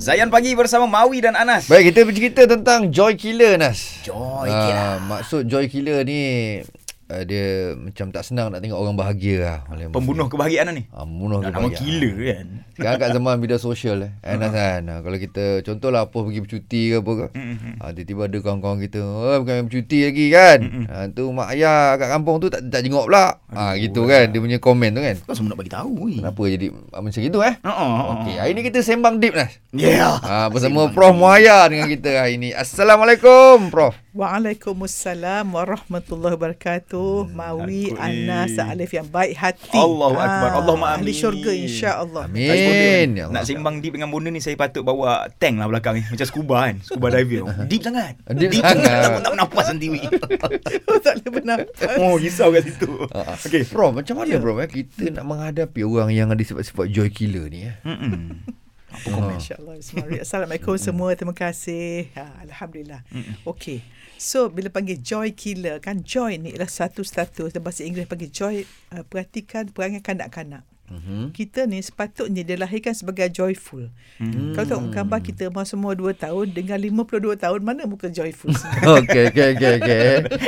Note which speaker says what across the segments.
Speaker 1: Zayan Pagi bersama Mawi dan Anas.
Speaker 2: Baik, kita bercerita tentang joy killer Nas.
Speaker 1: Joy
Speaker 2: Ah,
Speaker 1: killer.
Speaker 2: maksud joy killer ni uh, dia macam tak senang nak tengok orang bahagia lah. Oleh
Speaker 1: Pembunuh kebahagiaan ni.
Speaker 2: Ah, pembunuh
Speaker 1: Dah nama
Speaker 2: kebahagiaan.
Speaker 1: killer kan.
Speaker 2: Sekarang kat zaman media sosial eh. Uh-huh. Nas kan. Ah, Kalau kita contohlah apa pergi bercuti ke apa ke.
Speaker 1: Mm-hmm.
Speaker 2: Ah, tiba-tiba ada kawan-kawan kita, "Oh, bukan bercuti lagi kan." Ah, tu mak ayah kat kampung tu tak tak jenguk pula. Ah, gitu
Speaker 1: lah.
Speaker 2: kan. Dia punya komen tu kan.
Speaker 1: Kau semua nak bagi tahu ni.
Speaker 2: Kenapa jadi ah, macam gitu eh?
Speaker 1: Ha ah.
Speaker 2: Okey, hari ni kita sembang deep Nas.
Speaker 1: Yeah.
Speaker 2: Ah, bersama Prof Muaya dengan kita hari ini. Assalamualaikum Prof.
Speaker 3: Waalaikumsalam warahmatullahi wabarakatuh. Mawi
Speaker 1: takut Hmm, ni.
Speaker 3: Anas Alif yang baik hati. Ah,
Speaker 1: Allahu akbar. Allahumma
Speaker 3: Ahli
Speaker 1: amin.
Speaker 3: syurga insya-Allah.
Speaker 1: Tak sebut dia kan.
Speaker 2: Amin. Ya Allah.
Speaker 1: Nak sembang deep dengan benda ni Saya patut bawa tank lah belakang ni Macam scuba kan Scuba diver Deep sangat
Speaker 2: Deep sangat.
Speaker 1: Tak tak bernafas nanti Wi.
Speaker 3: tak boleh bernafas.
Speaker 1: Oh risau kat situ Okay
Speaker 2: Prof, macam mana
Speaker 3: Ya.
Speaker 2: yeah. Prof eh? Kita nak menghadapi orang yang ada sifat-sifat joy killer ni eh?
Speaker 1: Mm-mm.
Speaker 2: Apa komen?
Speaker 3: Oh, Insya-Allah bismillah. Assalamualaikum
Speaker 1: Hmm.
Speaker 3: semua. Terima kasih. Ha, alhamdulillah. Okey. So bila panggil joy killer kan joy ni ialah satu status dalam bahasa Inggeris panggil joy uh, perhatikan perangai kanak-kanak.
Speaker 1: Hmm.
Speaker 2: Mhm.
Speaker 3: Kita ni sepatutnya dilahirkan sebagai joyful. Kalau tengok gambar
Speaker 1: Hmm.
Speaker 3: kita semua 2 tahun dengan 52 tahun mana muka joyful semua?
Speaker 2: Okey, okey, okey, okey.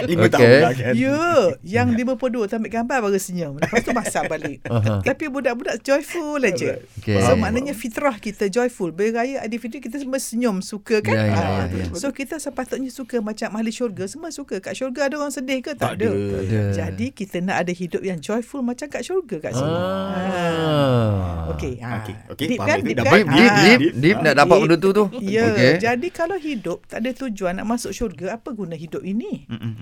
Speaker 1: Lima
Speaker 2: Okey.
Speaker 1: tahun lah kan
Speaker 3: Ya, yang 52 tu ambil gambar baru senyum. Lepas tu masak balik.
Speaker 2: Aha.
Speaker 3: Tapi budak-budak joyful aja.
Speaker 2: Okay.
Speaker 3: So maknanya fitrah kita joyful. Beraya Aidilfitri kita semua senyum, suka kan?
Speaker 2: Ya, ya,
Speaker 3: Ah,
Speaker 2: ya, ya.
Speaker 3: So kita sepatutnya suka macam ahli syurga. Semua suka. Kat syurga ada orang sedih ke? Tak, ada.
Speaker 2: ada.
Speaker 3: Jadi kita nak ada hidup yang joyful macam kat syurga kat sini.
Speaker 2: Ah.
Speaker 3: Okey. Ah.
Speaker 1: Okey, okey,
Speaker 3: Deep
Speaker 1: faham
Speaker 3: kan?
Speaker 1: itu.
Speaker 3: Deep
Speaker 1: Dah
Speaker 3: kan?
Speaker 2: Deep, deep,
Speaker 3: Ah.
Speaker 2: deep, deep nak dapat
Speaker 3: Deep.
Speaker 2: benda tu tu.
Speaker 3: Ya,
Speaker 2: Okey.
Speaker 3: okay. jadi kalau hidup tak ada tujuan nak masuk syurga, apa guna hidup ini?
Speaker 2: Ah.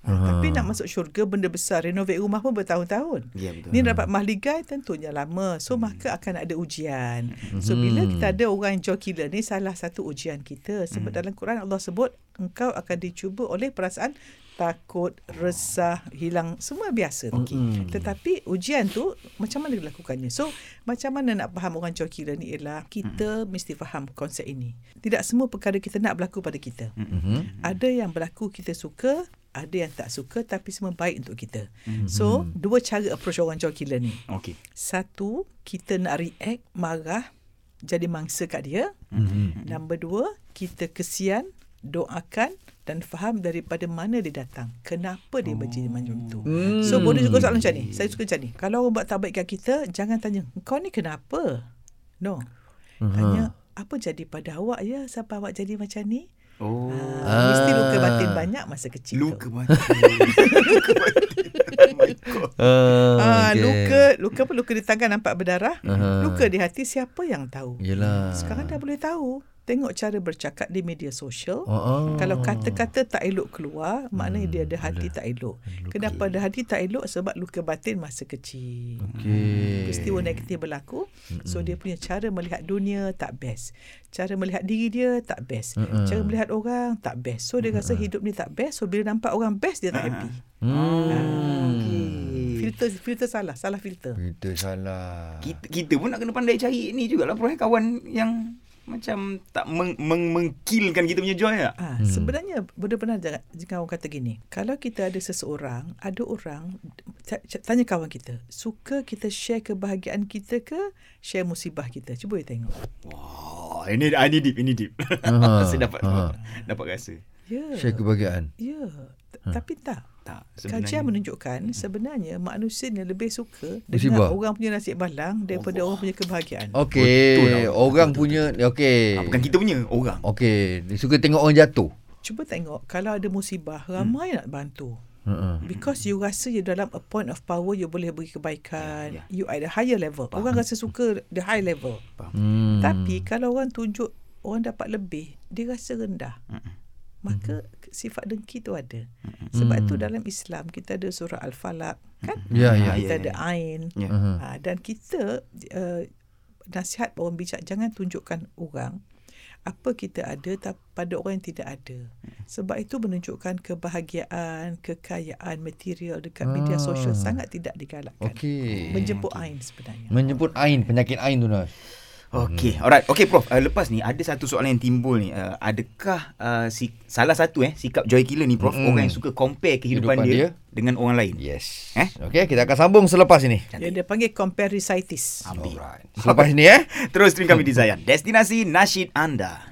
Speaker 3: Ha, tapi nak masuk syurga benda besar, renovate rumah pun bertahun-tahun.
Speaker 1: Ya, betul.
Speaker 3: Ni dapat mahligai tentunya lama. So maka akan ada ujian. So bila kita ada orang yang joy killer ni salah satu ujian kita. Sebab dalam Quran Allah sebut engkau akan dicuba oleh perasaan takut, resah, hilang semua biasa. Okay. Tetapi ujian tu macam mana dilakukannya? So macam mana nak faham orang joy killer ni ialah kita mesti faham konsep ini. Tidak semua perkara kita nak berlaku pada kita.
Speaker 2: Mhm.
Speaker 3: Ada yang berlaku kita suka, ada yang tak suka tapi semua baik untuk kita. So, dua cara approach orang joy killer ni.
Speaker 1: Okey
Speaker 3: Satu, kita nak react, marah, jadi mangsa kat dia. Mm-hmm. Nombor dua, kita kesian, doakan dan faham daripada mana dia datang. Kenapa dia berjaya macam tu.
Speaker 1: Oh.
Speaker 2: Hmm.
Speaker 3: So, boleh juga soalan macam ni. Saya suka macam ni. Kalau orang buat tak baik kat kita, jangan tanya, kau ni kenapa? No.
Speaker 2: Ah.
Speaker 3: Tanya, apa jadi pada awak ya sampai awak jadi macam ni?
Speaker 1: Oh
Speaker 3: Ah. Mesti luka batin banyak masa kecil
Speaker 1: Luka
Speaker 3: tu.
Speaker 1: mati Luka mati Oh my god
Speaker 3: Ah,
Speaker 2: Ah, okey.
Speaker 3: luka luka apa luka di tangan nampak berdarah,
Speaker 2: Aha.
Speaker 3: luka di hati siapa yang tahu.
Speaker 2: Yelah.
Speaker 3: Sekarang dah boleh tahu. Tengok cara bercakap di media sosial.
Speaker 2: Oh, oh.
Speaker 3: Kalau kata-kata tak elok keluar, maknanya dia
Speaker 2: Hmm,
Speaker 3: ada hati tak elok. Kenapa ada hati tak elok? Sebab luka batin masa kecil.
Speaker 2: Okey.
Speaker 3: Peristiwa negatif berlaku So dia punya cara melihat dunia tak best Cara melihat diri dia tak best Cara melihat orang tak best So dia rasa hidup ni tak best So bila nampak orang best dia tak happy
Speaker 2: Hmm.
Speaker 1: Ah, Okey.
Speaker 3: Filter filter salah Salah filter
Speaker 2: Itu salah.
Speaker 1: kita, kita pun nak kena pandai cari ni jugalah Prof eh, kawan yang macam tak meng, meng, mengkilkan kita punya joy tak?
Speaker 2: Hmm.
Speaker 3: Ah, Sebenarnya benar-benar jangan- jika orang kata gini Kalau kita ada seseorang Ada orang ta- ca- Tanya kawan kita Suka kita share kebahagiaan kita ke Share musibah kita Cuba you tengok
Speaker 1: Wah, ini ah, ini deep, ini deep.
Speaker 2: Aha,
Speaker 1: Saya dapat
Speaker 2: aha.
Speaker 1: dapat rasa.
Speaker 3: Ya
Speaker 2: Share Ha. kebahagiaan.
Speaker 3: Ya T- Tapi tak
Speaker 1: Tak, sebenarnya.
Speaker 3: Kajian menunjukkan sebenarnya manusia ni lebih suka
Speaker 2: Musibah. Oh.
Speaker 3: dengan orang punya nasib balang daripada orang punya kebahagiaan.
Speaker 1: Betul lah.
Speaker 2: Okey, orang punya okey.
Speaker 1: Ah, bukan kita punya,
Speaker 2: Oh.
Speaker 1: orang.
Speaker 2: Okey, dia suka tengok orang jatuh.
Speaker 3: Cuba tengok kalau ada musibah
Speaker 2: Hmm.
Speaker 3: ramai nak bantu.
Speaker 2: Ha.
Speaker 3: Because you rasa you dalam a point of power you boleh beri kebaikan. Yeah, yeah. You at a higher level. Orang rasa suka the high level.
Speaker 2: Hmm.
Speaker 3: Tapi kalau orang tunjuk orang dapat lebih, dia rasa rendah.
Speaker 2: Hmm.
Speaker 3: Maka ke- sifat dengki tu ada. Sebab tu dalam Islam kita ada surah Al-Falaq kan?
Speaker 2: Hmm. Ya, ya. Hmm.
Speaker 3: Kita
Speaker 1: ya,
Speaker 3: ada
Speaker 1: ya.
Speaker 3: Ain.
Speaker 1: Ya.
Speaker 2: Aha.
Speaker 3: Ha, dan kita uh, nasihat orang bijak jangan tunjukkan orang apa kita ada ta- pada orang yang tidak ada.
Speaker 2: Hmm.
Speaker 3: Sebab itu menunjukkan kebahagiaan, kekayaan material dekat media sosial sangat tidak digalakkan.
Speaker 2: Hmm. Okey. Hmm.
Speaker 3: Menjemput ain sebenarnya.
Speaker 2: Menjemput ain, penyakit ain tu Nas.
Speaker 1: Okey,
Speaker 2: Hmm.
Speaker 1: alright. Okey Prof, uh, lepas ni ada satu soalan yang timbul ni. Uh, adakah uh, si, salah satu eh sikap joy killer ni Prof, orang yang suka compare kehidupan
Speaker 2: Hmm.
Speaker 1: dia,
Speaker 2: Kehidupan dia.
Speaker 1: dengan orang lain?
Speaker 2: Yes.
Speaker 1: Eh?
Speaker 2: Okey, kita akan sambung selepas ini.
Speaker 3: Yang dia panggil comparisitis.
Speaker 1: Ambil.
Speaker 2: Selepas ini eh.
Speaker 1: Terus stream kami di Zayan. Destinasi nasyid anda.